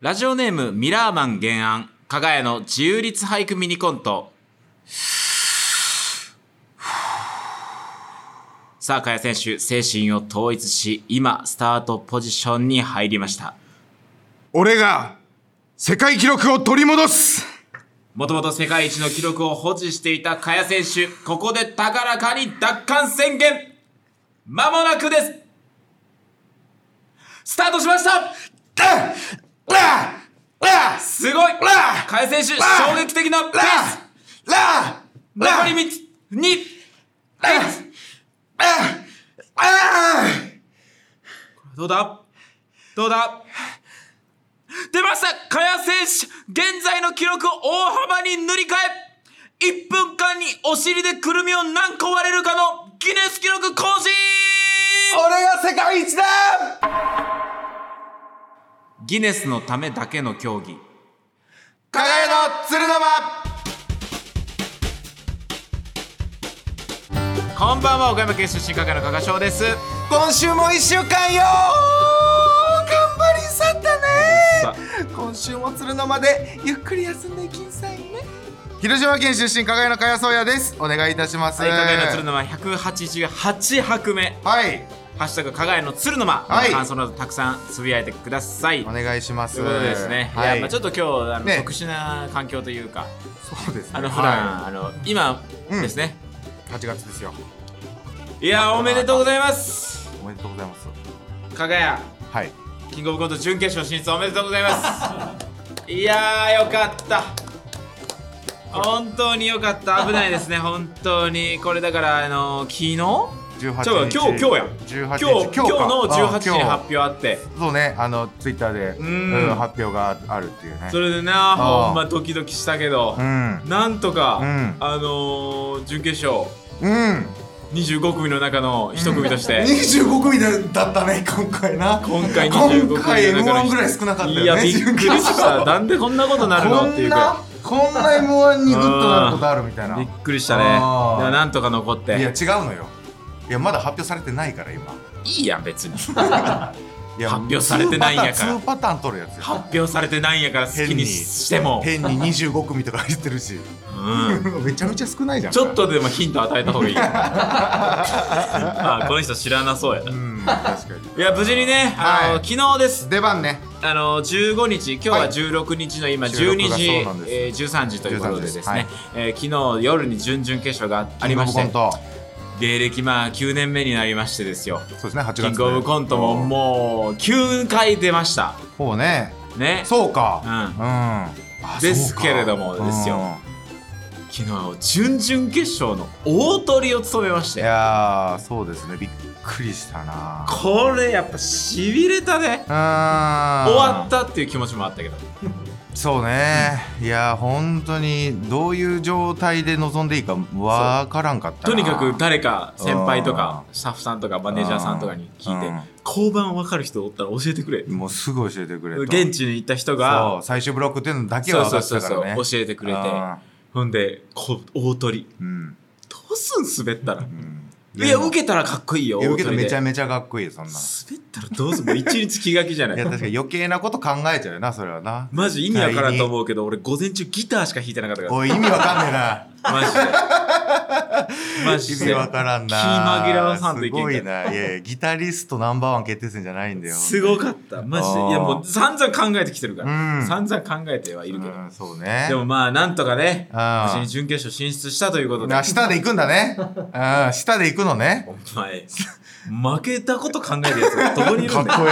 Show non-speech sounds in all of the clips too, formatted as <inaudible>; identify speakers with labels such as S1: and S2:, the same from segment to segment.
S1: ラジオネームミラーマン原案加賀屋の自由律俳句ミニコントさあ加谷選手精神を統一し今スタートポジションに入りました
S2: 俺が世界記録を取り戻す
S1: もともと世界一の記録を保持していた加谷選手ここで高らかに奪還宣言間もなくですスタートしました
S2: あララ
S1: すごい
S2: ラ
S1: 加谷選手
S2: ラ
S1: 衝撃的なペー
S2: ラ
S1: ス
S2: ラ
S1: 残り3つ2
S2: ラララ
S1: どうだどうだ出ました加谷選手現在の記録を大幅に塗り替え1分間にお尻でくるみを何個割れるかのギネス記録更新
S2: 俺が世界一だ
S1: ギネスのためだけの競技
S2: 加賀屋の鶴の間
S1: こんばんは岡山県出身加賀の加賀翔です
S2: 今週も一週間よ頑張りさ
S1: さ
S2: ったね今週も鶴の間でゆっくり休んでいきんさいね広島県出身加賀屋の加谷宗也ですお願いいたします
S1: 加賀の鶴の間188拍目
S2: はい
S1: 「ハッシュタグ加賀の鶴の間」
S2: はい
S1: 感想などたくさんつぶやいてください
S2: お願いします
S1: ということでですね、
S2: はい
S1: い、やまあちょっと今日あの、
S2: ね
S1: 特殊な環境というか
S2: そうですね
S1: あの、普段
S2: は
S1: あの今
S2: うん
S1: ですね、
S2: い8月ですよ
S1: いやーおめでとうございます
S2: おめでとうございます
S1: 加賀谷
S2: はい
S1: キングオブコント準決勝進出おめでとうございます
S2: <laughs>
S1: いやーよかった本当によかった危ないですね本当にこれだからあの昨日
S2: 18日
S1: ちょ今日今日や
S2: 18
S1: 今
S2: 日
S1: 日今日
S2: か
S1: の18時に
S2: あ
S1: 発
S2: 今
S1: 表あって
S2: 日そうねあのツイッターで
S1: ん
S2: うん発表があるっていうね
S1: それでな
S2: あー
S1: ほんまドキドキしたけど
S2: うん
S1: なんとか、
S2: うん
S1: あのー、準決勝
S2: うん
S1: 25組の中の1組と
S2: <laughs>
S1: して、
S2: 25組だったね今回な
S1: 今回25組の中の
S2: 今回 M1 ぐらい少なかったよね
S1: いやびっくりしたなんでこんなことなる
S2: こ
S1: のってい
S2: ん
S1: うか
S2: なこんな M1 にグッとなることあるみたいな
S1: び
S2: い
S1: っくりしたねで
S2: あー
S1: もなんとか残って
S2: や違うのよいやまだ発表されてないから今
S1: いいやん別に発
S2: いや
S1: 発表されてないんやから
S2: 2パターン取るやつよ
S1: 表されてないんやから好きにしても、
S2: 変に25組とか言ってるし
S1: うん、
S2: <laughs> めちゃめちゃ少ないじゃん
S1: ちょっとでもヒント与えた方がいい
S2: <laughs>
S1: あーこの人知らなそうやな
S2: うん確か
S1: いや無事にね、あの
S2: はい
S1: 昨日です
S2: に出番ね
S1: あの15日、今日
S2: は
S1: はい16日の今、12
S2: 収録が
S1: 時、
S2: そうなんです
S1: えー13時ということでですね、
S2: 13時はい
S1: えー昨日夜に準々決勝があありまし
S2: キ
S1: て
S2: ング、オブコン
S1: 芸歴まあ9年目になりましてですよ、
S2: トそうですね8月
S1: キングオブコントも
S2: う
S1: もう9回出ました。
S2: ほうね
S1: ね、
S2: そうか
S1: うん
S2: うんあ
S1: です
S2: そうか
S1: けれどもですよ
S2: う
S1: 昨日、準々決勝の大トリを務めまし
S2: ん
S1: て、
S2: いやーそうですねびっくりしたな
S1: これやっぱしびれたね。
S2: 終
S1: 終わったっていう気持ちもあったけど、
S2: そうね、いや本当にどういう状態で臨んでいいかわからんかった
S1: と
S2: な
S1: にかく誰か先輩とかスタッフさんとかマネージャーさんとかに聞いて
S2: うんうん、
S1: 交番分かる人おったら教えてくれ。
S2: もうすぐ教えてくれと
S1: 現地に行った人
S2: そ
S1: が
S2: う最終ブロックっていうのだけ
S1: そう
S2: は分
S1: そ
S2: か
S1: う
S2: って
S1: そう
S2: たか
S1: そう
S2: らね
S1: 教えてくれて
S2: あ
S1: ほんでこう大鳥
S2: ーうん
S1: どうすん滑ったら
S2: うん
S1: いや受けたらかっこいいよ
S2: いや受けた
S1: 大鳥で
S2: めちゃめちゃかっこいいよそんなの
S1: 滑ったらどうすんもう一日気が気じゃない
S2: いや確かに余計なこと考えちゃうよなそれはな
S1: マジ意味わからんと思うけど俺午前中ギターしか弾いてなかったか
S2: おい意味わかんねえな
S1: らマジ
S2: <laughs>
S1: で <laughs> マ
S2: 意
S1: ジ
S2: 味
S1: で
S2: わからんな
S1: 気紛らわさんといけん
S2: す
S1: か
S2: ご
S1: ら
S2: いないやいやギタリストナンバーワン決定戦じゃないんだよ
S1: すごかったマジ
S2: あ
S1: で
S2: ー
S1: いやもう散々考えてきてるから、
S2: うん
S1: 散々考えてはいるけど、
S2: うんそうね
S1: でもまあなんとかね
S2: あー
S1: 無事に準決勝進出したということで
S2: あ下で行くんだね。うん、下で行くのね。
S1: お前、負けたこと考えるやつがどこにいる
S2: か
S1: ん
S2: っ
S1: だ
S2: こ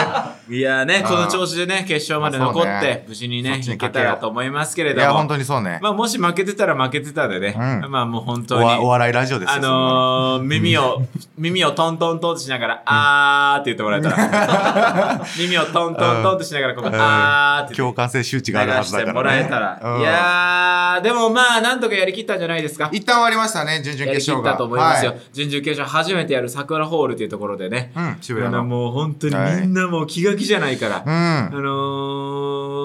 S2: え
S1: いやーね、
S2: ん
S1: この調子でね、決勝まで残っ
S2: まあそう
S1: て
S2: ね、
S1: 無事に
S2: そ
S1: ね、
S2: っち
S1: い
S2: に
S1: け
S2: か
S1: た
S2: けよう
S1: らと思 <laughs> いますけれ
S2: え。い
S1: ど
S2: や、
S1: も
S2: 本、当にそうね。
S1: まあもし負けてたら負けてたでね、
S2: うん
S1: まあもう本
S2: お
S1: 当
S2: わお
S1: に、
S2: 笑いラジオですよ。
S1: あのー、耳を、耳をトントントンとしながら、あーって言ってもらえた
S2: <laughs>
S1: ら、耳をトントントンとしながら、ここ、
S2: そんな
S1: あーっ
S2: うん
S1: て
S2: 共感性周知があるは
S1: 流
S2: ず
S1: し
S2: だ
S1: て
S2: から、ね。
S1: もらえたら、
S2: うん
S1: いやー、でもまあなんとかやりきったんじゃないですか。
S2: 一旦終わりましたね、準々
S1: やり
S2: 決
S1: きっ
S2: 勝が。
S1: たと思いますよ、
S2: はい
S1: 準々決勝初めてやる桜ホールというところでね、
S2: うん渋谷の
S1: あもう本当に
S2: はい
S1: みんなもう気が気じゃないから、
S2: う
S1: あ
S2: ん。
S1: の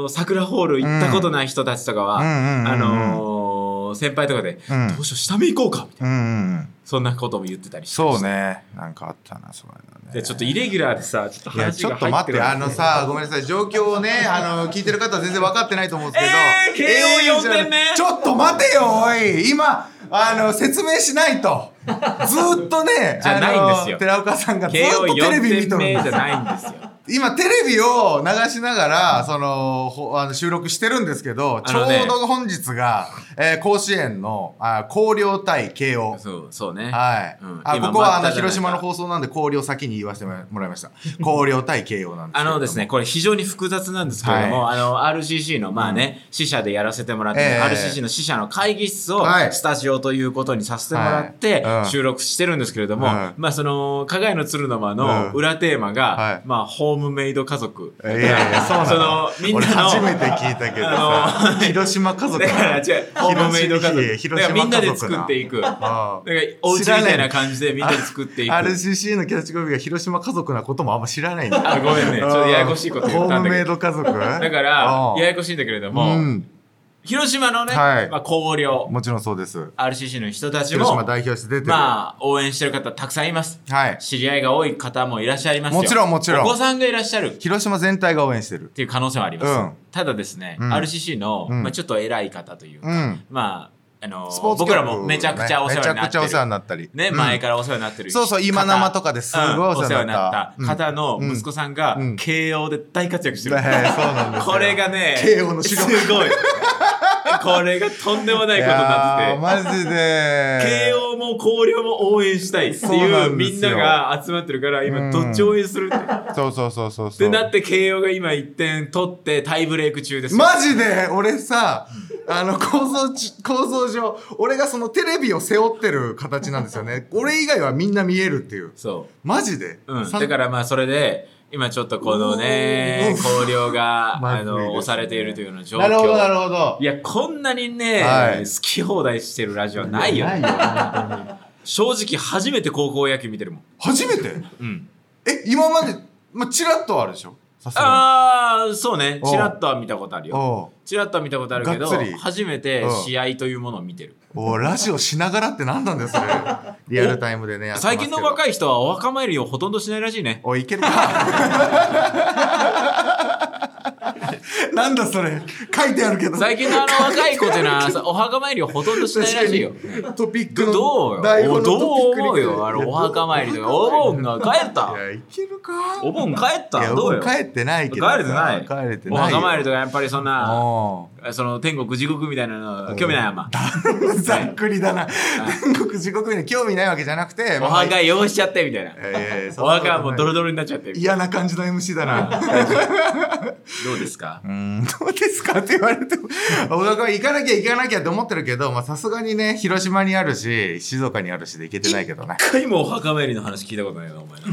S1: ー、桜ホール行ったことない人たちとかは、
S2: うんうんうんうん
S1: あのー、先輩とかで、
S2: うん
S1: どうしよう下見行こうかみたいな
S2: うんうんうん。
S1: そんなことも言ってたりして
S2: そうね。なんかあったな、そういうの
S1: じゃあちょっとイレギュラーでさ、ちょっと
S2: いやち
S1: 話
S2: ょ
S1: が
S2: っと
S1: 入っ
S2: 待
S1: て
S2: って
S1: こない
S2: あのさごめんなさい状況
S1: <laughs>
S2: をねあの聞いてる方は全然分かってないと思うんですけど
S1: えー慶応四点目
S2: えーじゃあちょっと待てよおい今あの説明しないと
S1: <laughs>
S2: ずーっとね
S1: じゃないんですよ
S2: あの寺岡さんがず
S1: 慶
S2: ー
S1: 応
S2: っとテレビ見
S1: 4点
S2: とる
S1: 目じ
S2: んで
S1: ゃ
S2: す
S1: ないんですよ。
S2: 今テレビを流しながらそのほあの収録してるんですけど
S1: あ
S2: ちょ
S1: の
S2: う
S1: ね
S2: ど本日が、えー甲子園のあ広陵対慶応
S1: そう、そうね。
S2: はい。
S1: うん
S2: あ
S1: 今
S2: ここは
S1: 真
S2: あの
S1: っ只中
S2: 広島の放送なんで広陵先に言わせてもらい
S1: <laughs>
S2: ました。広陵対慶応なんです
S1: あ
S2: けれども
S1: のですね、。これ非常に複雑なんですけれども、あの、RCC の、まあね、支社でやらせてもらって、
S2: ええ
S1: RCC の支社の会議室を
S2: はい
S1: スタジオということにさせてもらって
S2: はいうん
S1: 収録してるんですけれども、
S2: うん
S1: まあその、加害の鶴の間
S2: うん
S1: の裏テーマ
S2: は
S1: が
S2: い、
S1: まあ、ホームメイド家族。
S2: いやいやそうなの。
S1: その、みんなの、
S2: 俺初めて聞いたけど
S1: あ
S2: さ、 <laughs> 広島家族
S1: だから違う、ホームメイド家族。だ
S2: 広
S1: か
S2: 島家族
S1: らみんなで作っていく。なんか、
S2: ああ
S1: お家みたいな感じでみんなで作っていく。
S2: RCC のキャッチコピーが広島家族なこともあんま知らないんだ
S1: あごめんねちょっとややこしいこと言ったんだけど
S2: ホームメイド家族
S1: だ
S2: だ
S1: から、ややこしいんだけれども、
S2: うん、
S1: 広島のね、
S2: はい
S1: まあ、高陵、
S2: もちろんそうです
S1: RCC の人たち
S2: 広
S1: も
S2: 島、代表して出てる、
S1: まあ、応援してる方たくさんいます。
S2: はい
S1: 知り合いが多い方もいらっしゃいますよ。
S2: もちろんもちろん
S1: お子さんがいらっしゃるっ
S2: 広島全体が応援してる
S1: ていう可能性はあります。
S2: うん
S1: ただですね、
S2: うん
S1: RCC の、
S2: うん
S1: まあ、ちょっと偉い方というか、
S2: うん
S1: まあ、あの
S2: スポーツ
S1: 僕
S2: 局
S1: らもめちゃくちゃお世話に
S2: ね
S1: な
S2: め
S1: っ
S2: ち
S1: て
S2: ゃ
S1: る
S2: くちゃお世話になったり
S1: ね、
S2: うん
S1: 前からお世話になってる
S2: そうそう
S1: 方
S2: 今生とかですごいお世話になった
S1: うんお世話になった方の
S2: うん
S1: 息子さんが
S2: うん
S1: 慶応で大活躍してる、
S2: はいはいそうなんですよ
S1: これがね
S2: 慶応の主力
S1: すごいこれがとんでもないことに
S2: やー
S1: なってて
S2: マジ
S1: <laughs>
S2: で
S1: 慶応も広陵も応援したいって
S2: そう
S1: い
S2: な
S1: うんみ
S2: で
S1: ん
S2: すよ
S1: なが集まってるから
S2: う
S1: 今
S2: ん
S1: どっち応援するって、
S2: そうそうそうそうそう
S1: でなって慶応が今1点取ってタイブレーク中ですよ
S2: マジで俺さあの構造ち構造上俺がそのテレビを背負ってる形なんです
S1: <laughs>
S2: よね俺以外はみんな見えるっていう
S1: そう
S2: マジで、
S1: うん、
S2: さ
S1: だからまあそれで今ちょっとこのね
S2: う
S1: 広陵があ
S2: まずいですね
S1: の押されているというような状況
S2: なるほどなるほど
S1: いやこんなにね、
S2: はい
S1: 好き放題してるラジオはないよ、ね、
S2: ない
S1: <laughs>
S2: よ
S1: 正直初めて高校野球見てるもん、
S2: 初めて
S1: うん、
S2: え今までまあチラッとはあるでしょさすが
S1: ああそうね
S2: おう
S1: チラッとは見たことある
S2: に
S1: よ
S2: おう
S1: チラッとは見たことあるけど
S2: がっつり
S1: 初めて
S2: うん
S1: 試合というものを見てる
S2: おラジオしながらって何なんですね
S1: <laughs>
S2: リアルタイムでね
S1: 最近の
S2: い
S1: 若い人はお墓参りをほとんどしないらしいね
S2: おいいけるか <laughs> なんだそれ書いてあるけど
S1: 最近のあの若い子ってのは
S2: <laughs>
S1: さお墓参りをほとんどしないらしいよ
S2: トピック
S1: ど
S2: の
S1: どう
S2: 台
S1: よお
S2: 本の
S1: どう
S2: トピッ
S1: 思
S2: ク
S1: う
S2: に
S1: よあのお墓参りと
S2: い
S1: か
S2: や
S1: お盆が帰った
S2: いやいけるか
S1: お盆帰った
S2: いや
S1: どうよ
S2: 帰ってない
S1: 帰
S2: けどさ
S1: れてない
S2: 帰れて
S1: お
S2: ないよ
S1: 墓参りとかやっぱりそんな
S2: おう
S1: その天国地獄みたいなの興味ないあんま
S2: ざっくりだな天国地獄に興味ないわけじゃなくて
S1: お
S2: まあ
S1: 墓汚しちゃってみたいな。
S2: えーそん
S1: お
S2: なこと
S1: 墓
S2: ない
S1: はもうドロドロになっちゃってみたい
S2: 嫌な感じの MC だな
S1: な。どうですか
S2: うーんどうですかって言われて
S1: <laughs>
S2: も、小川君行かなきゃ行かなきゃって思ってるけど、まあさすがにね、広島にあるし、静岡にあるしで行けてないけどね。
S1: 一回もお墓参りの話聞いたことないな、お前な。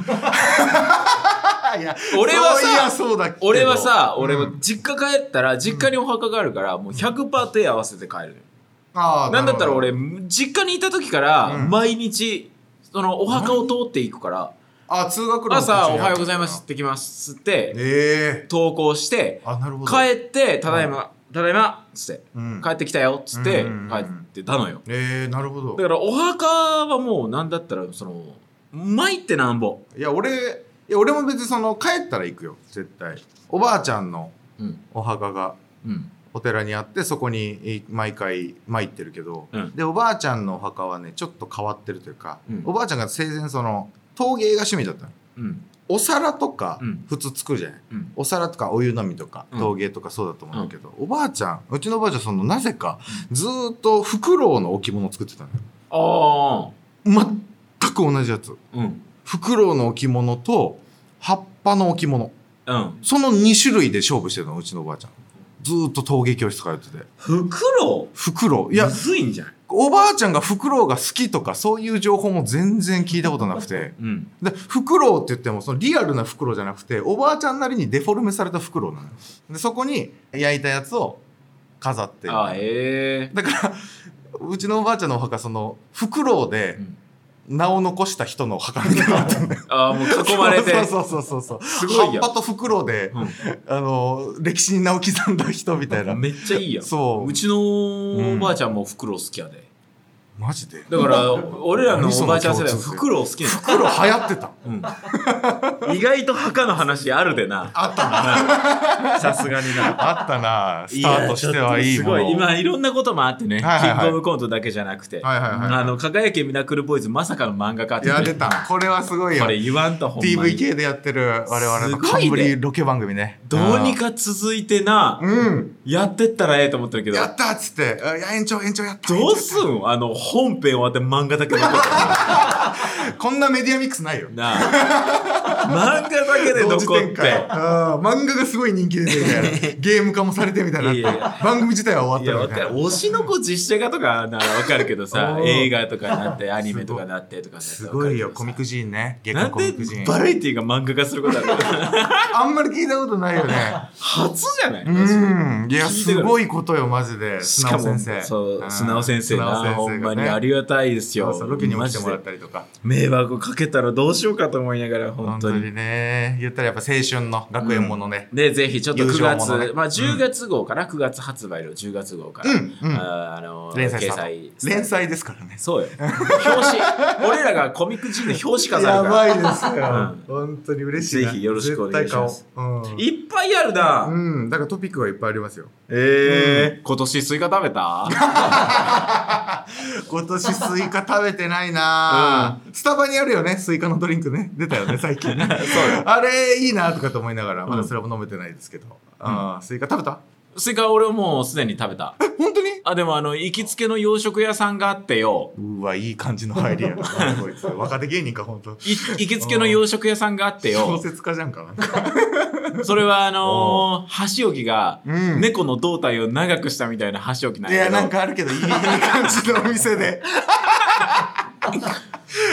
S2: いや
S1: 俺はさ
S2: そういやそうだけど
S1: 俺は、さ、俺は実家帰ったら、実家にお墓があるから、もう100%手合わせて帰るのよ。
S2: あー
S1: なんだったら、
S2: る
S1: 俺、実家にいた時から、
S2: うん
S1: 毎日、そのお墓を通っていくから、
S2: ほどあ、通学路の途中にあ
S1: 朝お
S2: る
S1: はようございますっ。てきますっつって、
S2: ええ
S1: 投稿して、
S2: あ、なるほど。
S1: 帰って、ただいま、ただいまっつって、
S2: うん
S1: 帰ってきたよっつって、
S2: う
S1: 帰
S2: ん
S1: ってたのよ。
S2: ええなるほど
S1: だ。からお墓はもうなんだったらその参ってなんぼ、
S2: いや、俺、いや、俺も別にその、帰ったら行くよ、絶対。おばあちゃんの
S1: うん
S2: お墓が
S1: うん、
S2: お寺にあって、そこにい毎回参ってるけど、
S1: うん
S2: でおばあちゃんのお墓はねちょっと変わってるというか、
S1: うん
S2: おばあちゃんが生前その陶芸が趣味だったの
S1: うん
S2: お皿とか
S1: うん
S2: 普通作るじゃない、
S1: うん
S2: お皿とかお湯飲みとか
S1: うん
S2: 陶芸とかそうだと思うんだけど、おばあちゃんうちのおばあちゃんそのなぜかずーっとフクロウの置物を作ってたのよ
S1: ああ
S2: 全く同じやつ
S1: うん
S2: フクロウの置物と葉っぱの置物
S1: うん
S2: その2種類で勝負してたのうちのおばあちゃんずーっと陶芸教室通ってて
S1: フクロ
S2: フクロウ
S1: ウ
S2: いや
S1: むずいんじゃない
S2: おばあちゃんがフクロウが好きとかそういう情報も全然聞いたことなくて。
S1: うん
S2: で、フクロウって言ってもそのリアルなフクロウじゃなくて、おばあちゃんなりにデフォルメされたフクロウなのよ。で、そこに焼いたやつを飾ってる。
S1: ああええ
S2: だから、うちのおばあちゃんのお墓、その、フクロウで
S1: うん
S2: 名を残した人のお墓みたいになってんだよ。
S1: ああもう囲まれて
S2: そうそうそうそうそう。
S1: すごい
S2: 葉
S1: や
S2: っぱとフクロウで、
S1: う
S2: あの、歴史に名を刻んだ人みたいな。
S1: んめっちゃいいやん
S2: そう。
S1: うちのおばあちゃんもフクロウ好きやで、
S2: えマジで
S1: だから、俺らの
S2: 何
S1: お
S2: その
S1: ばあちゃん世代は
S2: 共通点
S1: フクロウ好きな
S2: 黒流行ってた
S1: の。意外と墓の話あるでな。
S2: あったな
S1: さすがにな。
S2: あったなスタートしてはいいもの
S1: やちょっとすごい今いろんなこともあってね、
S2: はいはいはい
S1: キングオブコントだけじゃなくて、
S2: はいはいはい
S1: あの輝けミラクルボーイズまさかの漫画家っ
S2: い
S1: て、ね、
S2: や出たこれはすごいよ
S1: これ言わんとほんまに
S2: TVK でやってる我々の
S1: すごいね
S2: 冠ロケ番組ね
S1: どうにか続いてな、
S2: うん
S1: やってったらええと思ってるけど
S2: やったっつってあいや延長延長やった
S1: どうすんあの本編終わって漫画だけ残って
S2: こんなメディアミックスないよ
S1: る
S2: <laughs>
S1: なあ漫画だけで残
S2: 同
S1: っ
S2: 時展
S1: て
S2: 開あー漫画がすごい人気でみたいな
S1: <laughs>
S2: ゲーム化もされてみたいない
S1: やいや
S2: 番組自体は終
S1: い
S2: わ
S1: や
S2: った
S1: わ
S2: み
S1: か
S2: たい
S1: る
S2: な
S1: 推しの子実写化とかならわかるけどさ
S2: <laughs> おー
S1: 映画とかなってアニメとかなってとか
S2: すごいよコミックジーンね月
S1: な
S2: 刊
S1: ん
S2: コミ
S1: で
S2: ックジーン
S1: バラエティが漫画化することある
S2: あんまり聞いたことないよね。
S1: <laughs> 初じゃない
S2: うん。いや、
S1: 聞いて
S2: す
S1: から
S2: ごいことよ、マジで。
S1: し
S2: 素
S1: か
S2: 直
S1: も
S2: 先生。
S1: そう、
S2: ん
S1: 素直先生
S2: 素
S1: な、
S2: 直
S1: ほん
S2: 先生
S1: ま
S2: が
S1: にありがたいです
S2: そう
S1: よ
S2: そう。ロケにも
S1: マ
S2: 来て
S1: ジ
S2: もらっ
S1: で
S2: たりとか。
S1: 迷惑かけたらどうしようかと思いながら、本
S2: 本
S1: 当
S2: 当
S1: に。
S2: にね。言ったらやっぱ青春の学園ものね。
S1: で、ぜひ、ちょっと
S2: 友
S1: 9
S2: 情も
S1: 月、
S2: のね
S1: まあ、10月号から9月発売の10月号から、
S2: うんうん
S1: あーあのー、
S2: 連載
S1: 掲
S2: スタ
S1: 載
S2: ー。ト連載ですからね。
S1: そうよ。
S2: <laughs>
S1: 表紙、俺らがコミック人で表紙飾るから。
S2: いですよ
S1: ん
S2: 本当に嬉しいな。
S1: ぜひよろしくお願いします
S2: 絶対買おう。うん
S1: いっぱいあるな。
S2: うん。だからトピックはいっぱいありますよ。
S1: ええ今年スイカ食べた
S2: 今年スイカ食べてないな、スタバにあるよね、スイカのドリンクね。出たよね、最
S1: <laughs>
S2: 近ね。あれ、いいなとかと思いながら、まだそれも飲めてないですけど。あースイカ食べた
S1: スイカ俺もうすでに食べた。
S2: 本当に
S1: あ、でもあの、行きつけの洋食屋さんがあってよ。
S2: うわ、いい感じの入
S1: <laughs>
S2: りやな、こいつ。若手芸人か、ほんと。
S1: い行きつけの洋食屋さんがあってよ
S2: 小。説家じゃんか、なんか。
S1: それはあのー、箸置きが
S2: うん
S1: 猫の胴体を長くしたみたいな箸置きなん
S2: い
S1: や
S2: や、
S1: けど
S2: なんかあるけど、いい感じのお
S1: <laughs>
S2: 店で。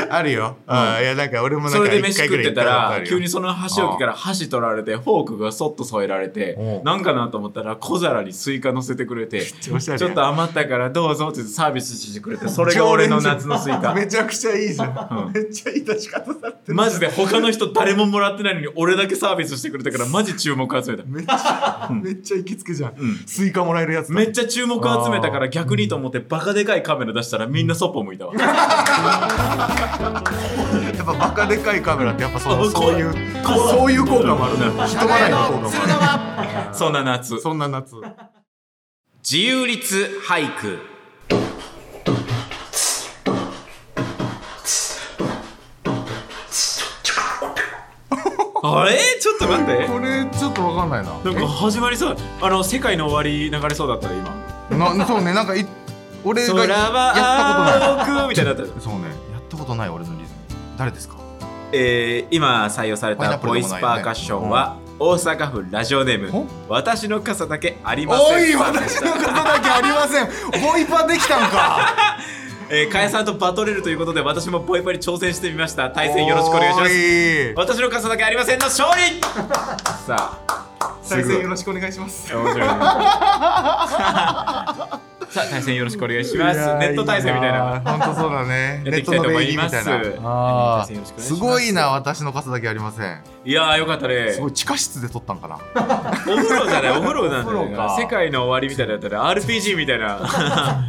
S2: あるよ。あーいや、なんか俺もな
S1: そ
S2: ん
S1: れ
S2: か
S1: で飯
S2: 一回ぐ
S1: 食って
S2: らい行った
S1: た
S2: ことあ
S1: ら
S2: るよ
S1: 急にその箸置きから箸取られてフォークがそっと添えられて
S2: うん
S1: なんかなと思ったら小皿にスイカ乗せてくれてち
S2: ちゃおしゃれやん
S1: ょっと余ったからどうぞってサービスしてくれてそれが俺の夏のスイカ
S2: めちゃくちゃいいじゃ
S1: うん
S2: ん。めっちゃいい出し方されてる。
S1: マジで他の人誰ももらってないのに俺だけサービスしてくれたからマジ注目集めた
S2: めっちゃ、めっちゃ行きつけじゃん。
S1: ん
S2: スイカもらえるやつだ
S1: めっちゃ注目集めたから逆にと思ってバカでかいカメラ出したらみんなそっぽ向いたわ
S2: やっぱバカでかいカメラって、やっぱその、
S1: あこ
S2: そうういう、そういう効果もあるな。人払いの効果もあ
S1: そんな夏
S2: る。そんな夏。は
S1: 自由律俳句 <laughs> あれちょっと待って
S2: これ、ちょっとわかんないな。
S1: なんか始まりそうあの世界の終わり流れそうだった今
S2: なそうねなんかい俺が
S1: 空
S2: やった
S1: は
S2: こと
S1: 青
S2: ない
S1: くみたいになった
S2: そうねやったことない俺のリズム誰ですか
S1: <laughs> えー、今採用されたボイスパーカッションは大阪府ラジオネーム
S2: お
S1: 私の傘だけありま
S2: お
S1: せ
S2: い
S1: ん
S2: 私のことだけありませんボイパできたんか
S1: えー、かやさんとバトれるということで私もボイパに挑戦してみました対戦よろしくお願いします
S2: ま
S1: 私の傘だけありませんの勝利さあ
S2: 対戦よろしくお願いします
S1: 面白いねさあ対戦よろしくお願いします
S2: いやー
S1: ネット対戦みたいな
S2: 本当そうだね
S1: やって
S2: ネ
S1: い
S2: ッ
S1: き
S2: ト
S1: たい
S2: の
S1: と思
S2: 礼
S1: い
S2: 儀
S1: ま
S2: み
S1: す
S2: たいなあ
S1: 対戦よろしくお願いしま
S2: ー
S1: す
S2: すごいな私の数だけありません
S1: いやーよかったね
S2: すごい地下室で撮ったん
S1: <laughs>
S2: かな
S1: お風呂じゃないお風呂なんだ
S2: お
S1: よ
S2: 風呂
S1: な
S2: か
S1: 世界の終わりみたいなやったら RPG みたい
S2: <laughs>
S1: な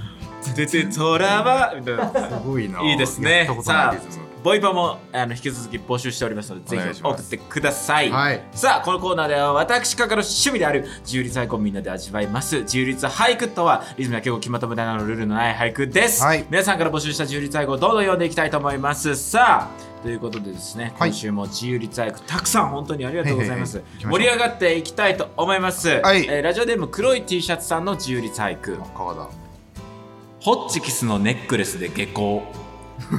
S1: 出てトラバみたいな
S2: すごいない
S1: いですね
S2: やったこと
S1: さ
S2: な
S1: あ
S2: いリズム
S1: ボイパもあの引き続き募集しておりますのでぜ
S2: お願い
S1: ひ
S2: しま
S1: 送
S2: す
S1: ってください、
S2: はい
S1: さあこのコーナーでは私からの趣味である自由律俳句をみんなで味わいます自由律俳句とはリズムや敬語決まった無駄などのルールのない俳句です、
S2: はい
S1: 皆さんから募集した自由律俳句をどんどん読んでいきたいと思いますさあということでですね、
S2: はい
S1: 今週も自由律俳句たくさん本当にありがとうございます、
S2: はいはいはい行きましょう
S1: 盛り上がっていきたいと思います、
S2: はい
S1: えーラジオネーム黒い T シャツさんの自由律俳句
S2: 川田
S1: ホッチキスのネックレスで下
S2: <laughs>
S1: 校ホ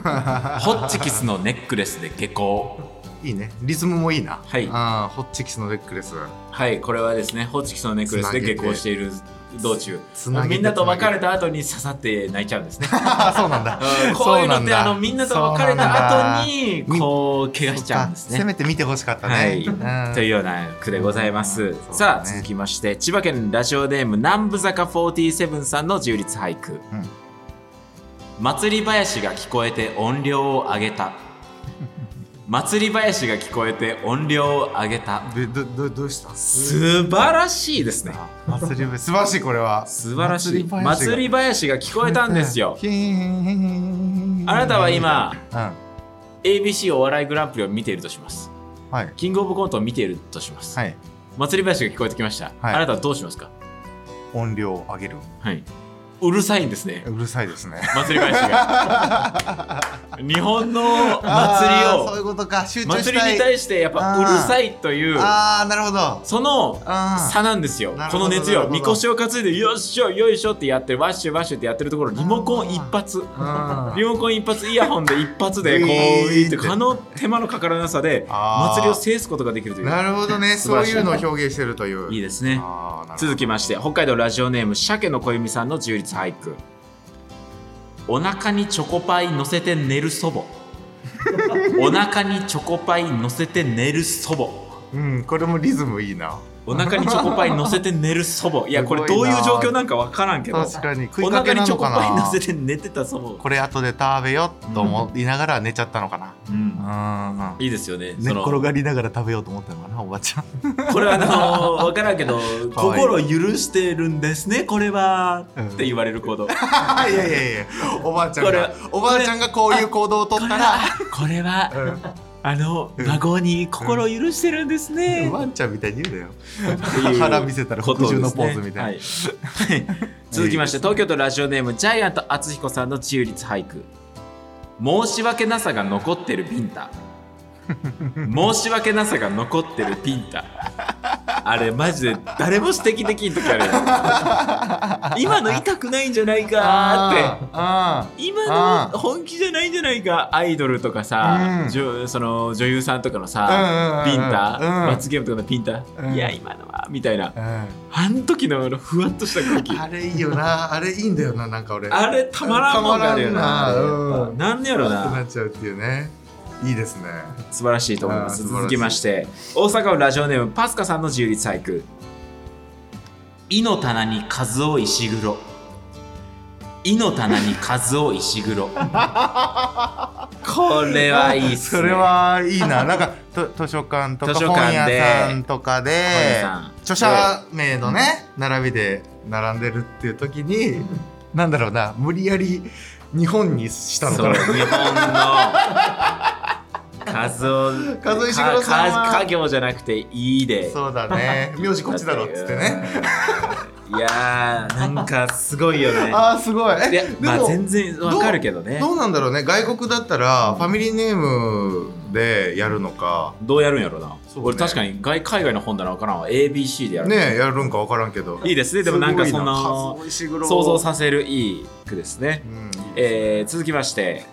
S1: ッチキスのネックレスで下校
S2: いいねリズムもいいな
S1: はい
S2: あーホッチキスのネックレス <laughs>
S1: はいこれはですねホッチキスのネックレスで下校している道中
S2: つなげて
S1: みんなと別れた後に刺さ
S2: <laughs>
S1: って泣いちゃうんですね
S2: あーそうなんだ
S1: うんこういうのってあのみんなと別れた後
S2: に
S1: に
S2: み
S1: こう怪我しちゃうんです
S2: せ
S1: ね
S2: めて見てほしかったね、
S1: はい、
S2: うん
S1: というような句でございます、
S2: うんそうだね
S1: さあ続きまして千葉県ラジオネーム南部坂47さんの自由律俳句、
S2: ん <laughs>
S1: 祭り囃子が聞こえて音量を上げた
S3: 祭り林が聞こえて音量を上げた
S2: でどどどうした
S1: 素晴らしいですね
S2: 祭り素晴らしいこれは
S1: 素晴らしい
S2: 祭り
S1: 祭り林が聞こえたんです
S2: <laughs>
S1: よあなたは今
S2: うん
S1: ABC お笑いグランプリを見ているとします
S2: はい
S1: キングオブコントを見ているとします、
S2: はい
S1: 祭り林が聞こえてきました、
S2: はい
S1: あなたはどうしますか
S2: 音量を上げる
S1: はいうるさいんですね
S2: うるさいです
S1: <laughs>
S2: ね
S1: 祭り林が
S2: <laughs>
S1: 日本の
S2: あーそうい
S1: 祭
S2: うことか集
S1: りを
S2: 中したい
S1: 祭りに対してやっぱうるさいという
S2: ああなるほど
S1: その
S2: うん
S1: 差なんですよ
S2: なる
S1: こ
S2: ほど
S1: の熱
S2: な
S1: 量
S2: るほど
S1: みこしを担いでよっしょよいしょってやってワッシュワッシュってやってるところリモコン一発
S2: ん
S1: リモコン一発イヤホンで一発でこう
S2: ウィーンって
S1: ウィーンってあの手間のかからなさで
S2: あー
S1: 祭りを制すことができるという
S2: なるほどね
S1: 素晴
S2: そう
S1: らしい
S2: いうのを表現してるという
S1: いい
S2: で
S1: ですね
S2: あーなるほど
S1: 続きまして北海道ラジオネーム鮭の小弓さんの自由律俳句お腹にチョコパイ乗せて寝る祖母お腹にチョコパイ乗せて寝る祖母
S2: うんこれもリズムいいな
S1: お腹にチョコパイ乗せて寝る祖母いやこれ
S2: す
S1: ど
S2: ご
S1: う
S2: い
S1: い
S2: な
S1: う状況なんかわからんけど
S2: 確かに食い
S1: お
S2: かけ
S1: 腹に
S2: な
S1: チョ
S2: の
S1: コ
S2: か
S1: パイ
S2: な
S1: 乗せて寝てた祖母
S2: これ後で食べようと思いながら寝ちゃったのかな
S1: うん
S2: うん
S1: いいですよね
S2: 寝
S1: そ
S2: っ
S1: の
S2: 転がりながら食べようと思ったのかなおばち <laughs> ゃん
S1: これはあのー、分からんけど
S2: かわいい
S1: 心を許してるんですねこれは、
S2: うん
S1: って言われる行
S2: <laughs>
S1: 動こ
S2: いやいやいやおばあちゃん
S1: これ
S2: がおばあちゃんがこういう行動をとっ
S1: れ
S2: たら
S1: はこれは
S2: うん <laughs>
S1: あの
S2: うん
S1: 孫に心を許してるんですね、
S2: ワンちゃんみたいに言うなよ
S1: っていう
S2: 腹見せたら
S1: ことですね
S2: 服従のポーズみたい
S1: はい続きまして東京都ラジオネームジャイアント厚彦さんの自由律俳句申し訳なさが残ってるビン
S2: <laughs>
S1: タ申し訳なさが残ってるビンタあれマジで誰も指摘できん時あるよ
S2: <laughs>
S1: 今の痛くないんじゃないかーって
S2: あー
S1: 今
S2: あ
S1: の本気じゃないんじゃないかアイドルとかさ、
S2: うん
S1: じょその女優さんとかの
S2: うん
S1: さ、
S2: うんうん
S1: ピンタ、
S2: うん
S1: 罰ゲームとかのピンタ、
S2: うん
S1: いや今のはみたいな
S2: あ
S1: あの時のあのふわっとした空気
S2: うんあれいいよなあれいいんだよななんか俺
S1: あれたまらんもんがあるよな
S2: たま
S1: や
S2: らんな
S1: っぱ
S2: うん
S1: なんでやろう
S2: な
S1: な
S2: っちゃうっていうねいいですね
S1: 素晴らしいと思います
S2: あー素晴らし
S1: 続
S2: い
S1: きまして大阪府ラジオネームパスカさんの自由律俳句「井の棚に数を石黒」「井の棚に数を石
S2: <laughs>
S1: 黒」これはいいっすね
S2: それはいいななんかと図書館とか
S1: 図書
S2: 本
S1: 館
S2: 屋
S1: で
S2: さんとかで
S1: 本屋さん
S2: 著者名のね並びで並んでるっていう時になんだろうな無理やり日本にしたの
S1: そ
S2: か
S1: う
S2: な
S1: 日本の数を
S2: 数石黒さんは
S1: か家業じゃなくていいで
S2: そうだ
S1: <laughs>
S2: ね名字こっちだろっつってね
S1: いやーなんかすごいよね
S2: あーすごいえ
S1: いや
S2: でも、
S1: まあ全然わかるけどね
S2: どうなんだろうね外国だったらファミリーネームでやるのか
S1: どうやるんやろな、
S2: うね
S1: 俺確かに外海外の本棚わからんわ ABC でやる、
S2: ねえやるんか分からんけど
S1: いいですねでもなんかそんな想
S2: 想
S1: 像させるいい句ですね、
S2: うん
S1: えー続きまして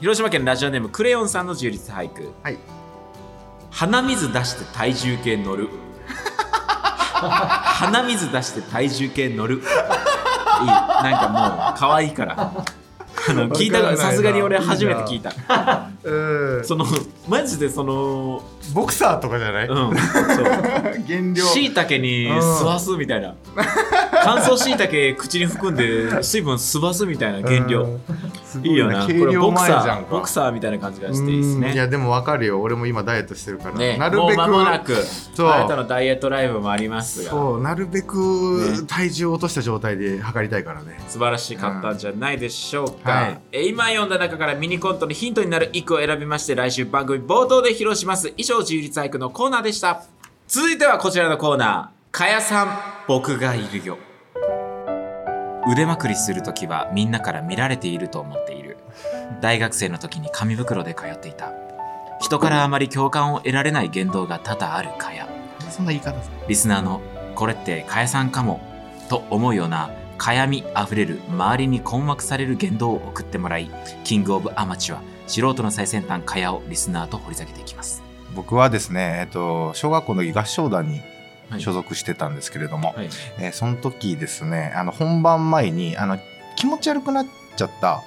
S1: 広島県ラジオネームクレヨンさんの自由律俳句、
S2: はい
S1: 鼻水出して体重計乗る <laughs> 鼻水出して体重計乗るいいなんかもう可愛いからあの聞い
S2: わかんない
S1: た
S2: な
S1: さすがに俺初めて聞いた
S2: うん
S1: そのマジでその
S2: ボクサーとかじゃない、
S1: うん
S2: <laughs>
S1: そう
S2: 減量
S1: しいたけに
S2: うん
S1: 吸わすみたいな乾燥しいたけ口に含んで水分吸わすみたいな減量、
S2: うんすご
S1: いいよな。こ
S2: 軽
S1: れ
S2: 量
S1: ボク
S2: 前
S1: サ
S2: じゃん
S1: ー、
S2: か
S1: ボクサーみたいな感じがしていいです
S2: うんいや
S1: ね。
S2: でもわかるよ俺も今ダイエットしてるから、
S1: ね、
S2: なる
S1: も
S2: べ
S1: う
S2: く
S1: 間もなく、
S2: そう
S1: あなたのダイエットライブもありますが、
S2: そうなるべ
S1: ね
S2: く体重を落とした状態で測りたいからね
S1: 素晴らしかったんじゃないでしょうか。
S2: はい
S1: え今読んだ中からミニコントのヒントになる一句を選びまして、来週番組冒頭で披露します。以上、自由律俳句のコーナーでした。続いてはこちらのコーナー、かやさん、僕がいるよ。腕まくりするときはみんなから見られていると思っている大学生の時に紙袋で通っていた人からあまり共感を得られない言動が多々あるかや
S2: そんな言い方さ
S1: リスナーの「これってかやさんかも」と思うようなかやみあふれる周りに困惑される言動を送ってもらいキングオブアマチュア素人の最先端かやをリスナーと掘り下げていきます
S2: 僕はですね、えっと、小学校の時合唱団に
S1: はい
S2: 所属してたんですけれども、
S1: はい
S2: えーその時ですねあの本番前にあの気持ち悪くなっちゃった、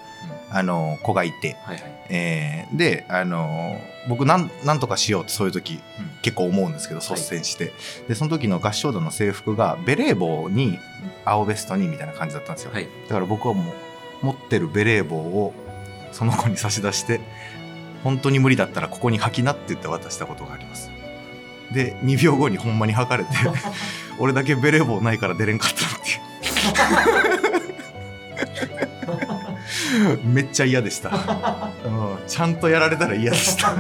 S2: あの子がいて、
S1: はいはい
S2: えーであのー僕なんなんとかしようってそういう時、
S1: うん
S2: 結構思うんですけど率先して、でその時の合唱団の制服がベレー帽に青ベストにみたいな感じだったんですよ、
S1: はい
S2: だから僕はもう持ってるベレー帽をその子に差し出して本当に無理だったらここに書きなって言って渡したことがありますで2秒後にほんまに吐かれて俺だけベレー帽ないから出れんかったっていうめっちゃ嫌でした、うん、ちゃんとやられたら嫌でした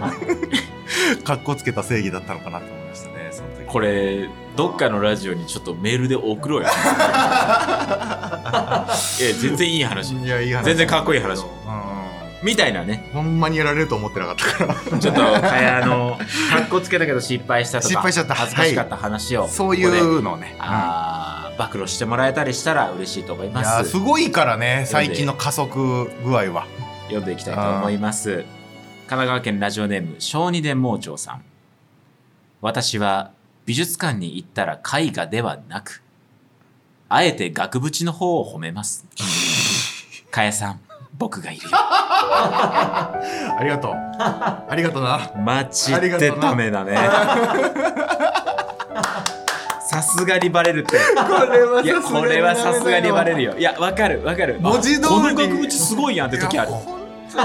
S2: かっこつけた正義だったのかなと思いましたねその時
S1: これどっかのラジオにちょっとメールで送 <laughs> ろうよいや全然いい話
S2: いやいい話
S1: 全然かっこいい話
S2: う
S1: みたいなね
S2: ん、ほんまにやられると思ってなかったから
S1: ちょっとかやのかっこつけたけど失敗したとか
S2: 失敗しちゃった
S1: 恥ずかしかった話を、
S2: そうい
S1: ここで
S2: うのをね。
S1: あー暴露してもらえたりしたら嬉しいと思い
S2: うんい
S1: ま
S2: やー
S1: す
S2: すごいからね最近の加速具合は。
S1: 読んでいきたいと思います神奈川県ラジオネーム小児伝盲長さん私は美術館に行ったら絵画ではなくあえて額縁の方を褒めますかやさん僕がいるよ
S2: ありがとう。ありがとうな。
S1: マジでダメだねさすがにバレるって
S2: これはい
S1: やこれはさすがにバレる
S2: よ。
S1: よいやわかるわかるあ
S2: 文字通り
S1: この額縁すごいやんって時ある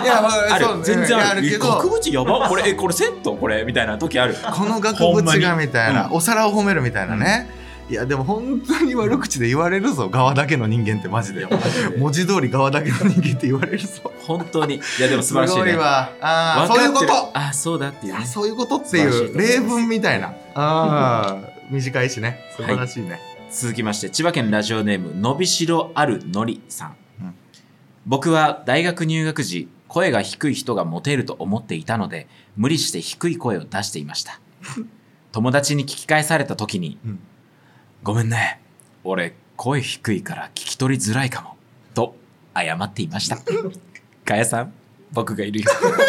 S2: いやまあ
S1: ある
S2: そうね
S1: 全然ある
S2: いや
S1: え
S2: けど
S1: 額縁やばこれえこれセットこれみたいな時ある
S2: この額縁がみたい
S1: ほんま
S2: な
S1: に
S2: お皿を褒めるみたいなね。いやでも本当に悪口で言われるぞ側だけの人間ってマジで
S1: いやマジで
S2: 文字通り側だけの人間って言われるぞ
S1: 本当にいやでも素晴らしい
S2: すご
S1: ね
S2: いわあ
S1: 分かってる
S2: ーそういうこと
S1: あそうだって
S2: い
S1: いう
S2: や
S1: ね
S2: そういうことっていう例文みたいなあー短いしね素晴らしいね、
S1: 続きまして千葉県ラジオネームのびしろあるのりさん、
S2: うん
S1: 僕は大学入学時声が低い人がモテると思っていたので無理して低い声を出していました <laughs> 友達に聞き返された時に「
S2: うん
S1: ごめんね俺声低いから聞き取りづらいかも」と謝っていました <laughs> かやさん僕がいるよ <laughs>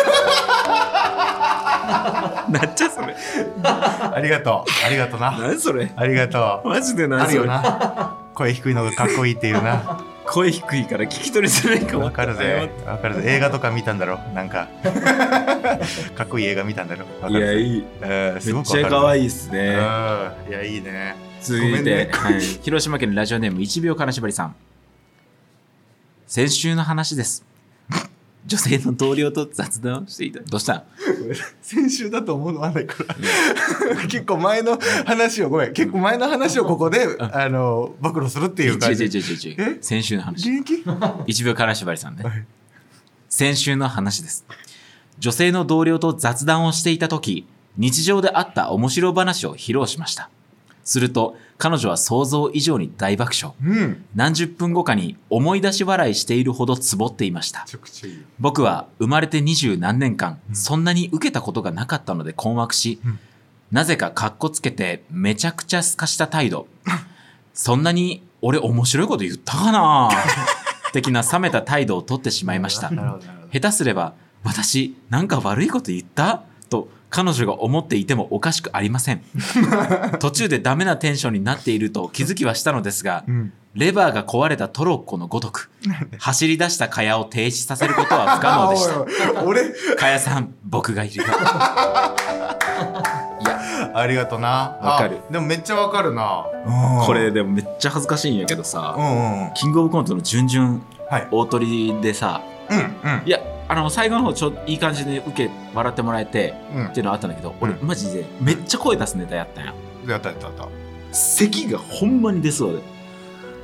S1: なんちゃそれ
S2: ありがとうありがとうな
S1: なんそれ
S2: <laughs> ありがと
S1: マジで
S2: う
S1: な
S2: あ
S1: ん
S2: る
S1: そ
S2: よ
S1: れ
S2: な <laughs> 声低いのがかっこいいっていうな
S1: 声低いから聞き取りづらいかも
S2: わかるぜわかるぜ映画とか見たんだろなんか <laughs> かっこいい映画見たんだろわか
S1: いや
S2: るぜ
S1: いい
S2: えーす
S1: め
S2: ご
S1: っ
S2: くわか
S1: ち
S2: る
S1: ゃ可愛いですね
S2: うんいやいいね
S1: 続い
S2: ご
S1: て、
S2: めんね
S1: はい <laughs> 広島県ラジオネーム1秒金縛りさん先週の話 <laughs> です女性の同僚と雑談をしていたどうした
S2: 先週だと思わないから <laughs> 結構前の話をごめん結構前の話をここであの暴露するっていう
S1: 違う
S2: 感
S1: 違う
S2: じ
S1: 違う違う
S2: え
S1: 先週の話
S2: 現役
S1: 1秒金縛りさんね、
S2: はい
S1: 先週の話です女性の同僚と雑談をしていた時日常であった面白話を披露しましたすると彼女は想像以上に大爆笑
S2: うんめ
S1: 何十分後かに思い出し笑いしているほどつぼっていました
S2: ちゃくちゃいいよ
S1: 僕は生まれて二十何年間、そんなに受けたことがなかったので困惑し、
S2: うん
S1: なぜかかっこつけてめちゃくちゃすかした態度そんなに俺面白いこと言ったかな
S2: <laughs>
S1: 的な冷めた態度をとってしまいました
S2: なるほどなるほど
S1: 下手すれば私なんか悪いこと言ったと彼女が思っていてもおかしくありませ
S2: <laughs>
S1: ん途中でダメなテンションになっていると気づきはしたのですが、
S2: うん
S1: レバーが壊れたトロッコのごとく走り出した蚊帳を停止させることは不可能でした
S2: あおいおい俺
S1: かやさん、僕がいるよ。いや、
S2: ありがとな。
S1: わかる
S2: あ。でもめっちゃわかるな。
S1: これでもめっちゃ恥ずかしいんやけどさ、
S2: うんうんうん。
S1: キングオブコントの準々
S2: はい。
S1: 大トリでさ、
S2: うん
S1: いや、あの、最後の方ちょいい感じで受け、笑ってもらえて、
S2: うん。
S1: っていうのあったんだけど、俺
S2: う
S1: マジでめっちゃ声出すネタやったんや。
S2: うん。やったやったやっ
S1: 咳がほんまに出そうで。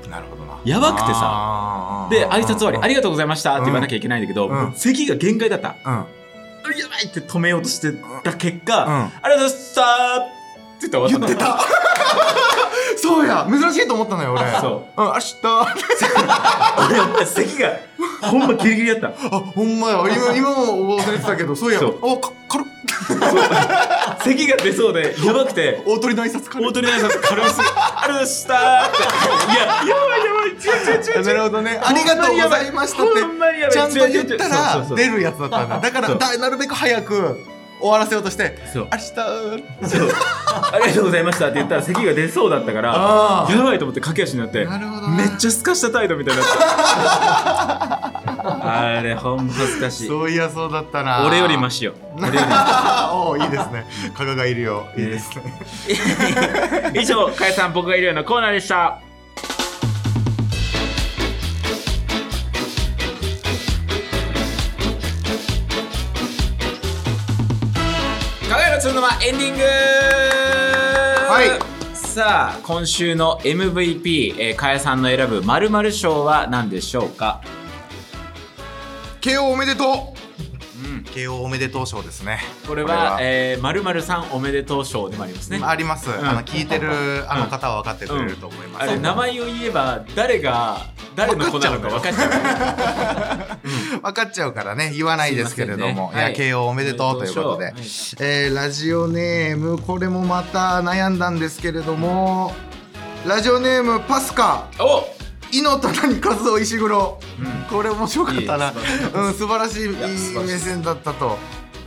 S2: た。なるほどな。
S1: やばくてさ
S2: さ
S1: で、挨拶終わり、あり
S2: が
S1: がとうございましたって言わなきゃいけないんだけど、
S2: うん
S1: 咳が限界だった。
S2: とうん。
S1: やばいって止めようとしてた結果、
S2: うん
S1: ありがとうございましたーって言って終わ
S2: 言っ
S1: った
S2: て
S1: の
S2: た。 <laughs> そうや、珍しいと思ったのよ、俺。
S1: そう。
S2: うん、明日。あ、
S1: 俺咳がほんまギリギリやった。
S2: ほんまや。今、今も忘れてたけど、そうや。
S1: そう
S2: お、か、軽っ。
S1: 咳が出そうでやばくて
S2: 大鳥の挨拶軽
S1: 大
S2: っ。
S1: 鳥の挨拶軽すぎありがとうございましたーっていややばいやばい違う違う違う
S2: <laughs> なるほどね。ありがとうございましたって。
S1: ほんまにやばい
S2: ちゃんと言った
S1: そうそうそう
S2: ら出るやつだったんだ。だから
S1: そう
S2: だなるべく早く終わらせようとして
S1: そう
S2: 明日
S1: そうありがとうございましたって言ったら咳が出そうだったから
S2: あ
S1: やばいと思って駆け足になって
S2: なるほど
S1: めっちゃすかした態度みたい <laughs> になったあれほんま恥ずかしい
S2: そういやそうだったな。
S1: 俺よりマシよ俺よりマ
S2: あ <laughs> ー。おおいいですね。加賀がいるよ。いいですね。
S1: <laughs> シ以上かやさん僕がいるようなコーナーでしたそのままエンディング
S2: はい
S1: さあ今週の MVP えーかやさんの選ぶ〇〇賞は何でしょうか
S2: 慶応おめでと
S1: うん
S2: う慶応おめでとう賞ですね
S1: これ
S2: これ
S1: は
S2: は
S1: えー〇〇さんおめでとう賞でもありますね
S2: あります、
S1: ん
S2: あの聞いてるあの方は分かってくれると思います、
S1: あれ名前を言えば誰が誰の子なのか分かっちゃうから
S2: 分かっちゃうからね言わないですけれど
S1: すいま
S2: も
S1: せん
S2: い
S1: ね
S2: や
S1: はい
S2: 慶応おめでとうということで、
S1: はい
S2: えーラジオネームこれもまた悩んだんですけれどもラジオネームパスカ
S1: お
S2: 井の棚に数を石黒、これ面白かったない
S1: い素晴らしい
S2: うん、素晴らしい
S1: や素晴らしい
S2: 目線だったと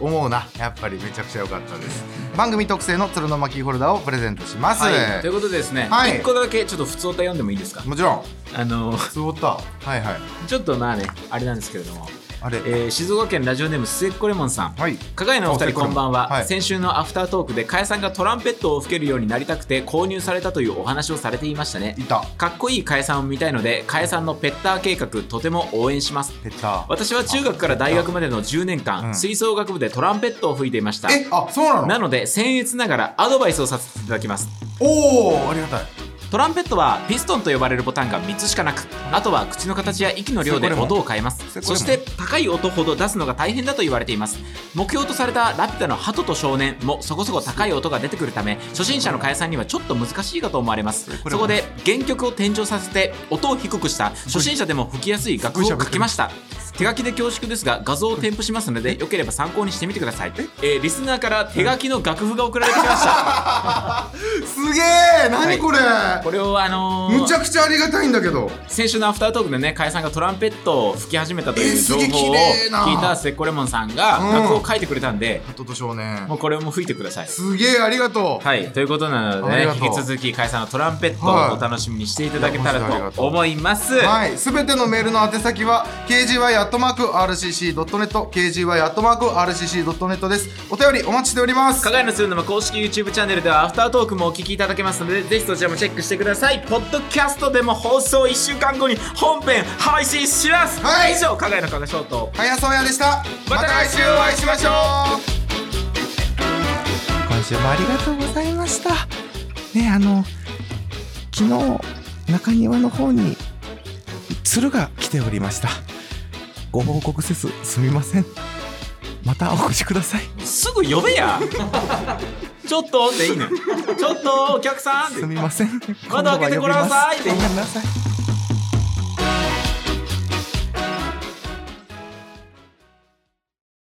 S2: 思うなやっぱりめちゃくちゃ良かったです番組特製の鶴の巻ホルダーをプレゼントします、
S1: はい、ということでですね、
S2: はい
S1: 1個だけちょっと普通歌読んでもいいですか
S2: もちろん
S1: あの
S2: つぼったはいはい
S1: <laughs> ちょっとまあねあれなんですけれども、
S2: あれ、
S1: えー静岡県ラジオネーム末っ子レモンさん
S2: はい
S1: 加賀屋のお二人こんばんは、
S2: はい
S1: 先週のアフタートークで加谷さんがトランペットを吹けるようになりたくて購入されたというお話をされていましたね
S2: いた
S1: かっこいい加谷さんを見たいので加谷さんのペッター計画とても応援します
S2: ペッター
S1: 私は中学から大学までの10年間、
S2: うん
S1: 吹奏楽部でトランペットを吹いていました
S2: えあそうなの
S1: なので僭越ながらアドバイスをさせていただきます
S2: おおありがたい
S1: トランペットはピストンと呼ばれるボタンが3つしかなくあとは口の形や息の量で音を変えます
S2: それこ
S1: そ
S2: れも
S1: して高い音ほど出すのが大変だと言われています目標とされた「ラピュタの鳩と少年」もそこそこ高い音が出てくるため初心者の加谷さんにはちょっと難しいかと思われます
S2: これ
S1: そ
S2: も
S1: こで原曲を転調させて音を低くした初心者でも吹きやすい楽譜を書きました手書きで恐縮ですが画像を添付しますのでよければ参考にしてみてください、えーリスナーから手書きの楽譜が送られてきました
S2: すげえ何これ、
S1: これをあのー
S2: むちゃくちゃありがたいんだけど
S1: 先週のアフタートークでね、加谷さんがトランペットを吹き始めたとい
S2: えー
S1: う
S2: す
S1: 情
S2: げえ
S1: 報を
S2: 綺麗な
S1: 聞いたセッコレモンさんが
S2: うん
S1: 楽を書いてくれたんで、
S2: ハトと少年
S1: もうこれも吹いてください。
S2: すげえありがとう、
S1: はい、ということなので、
S2: あり
S1: ね
S2: が、とう
S1: 引き続き加谷さんのトランペット
S2: はい
S1: をお楽しみにしていただけた
S2: いやマジであり
S1: ら
S2: が
S1: と
S2: とう
S1: 思います。
S2: はい、すべてのメールの宛先は kgy.rcc.net kgy.rcc.net ですお便りお待ちしております
S1: 加賀屋の鶴沼公式 YouTube チャンネルではアフタートークもお聞きいただけますのでぜひそちらもチェックしてくださいポッドキャストでも放送1週間後に本編配信します、
S2: はい
S1: 以上加賀屋の加賀翔と
S2: はやそうやでした
S1: また来週お会いしましょう
S2: 今週もありがとうございましたねあの昨日中庭の方に鶴が来ておりましたご報告せずすみませんまたお越しください
S1: すぐ呼べやちょっとでいいのよちょっとお客さんです
S2: みません
S1: 窓開けてごらんさいって
S2: 今度は呼びますごめんなさい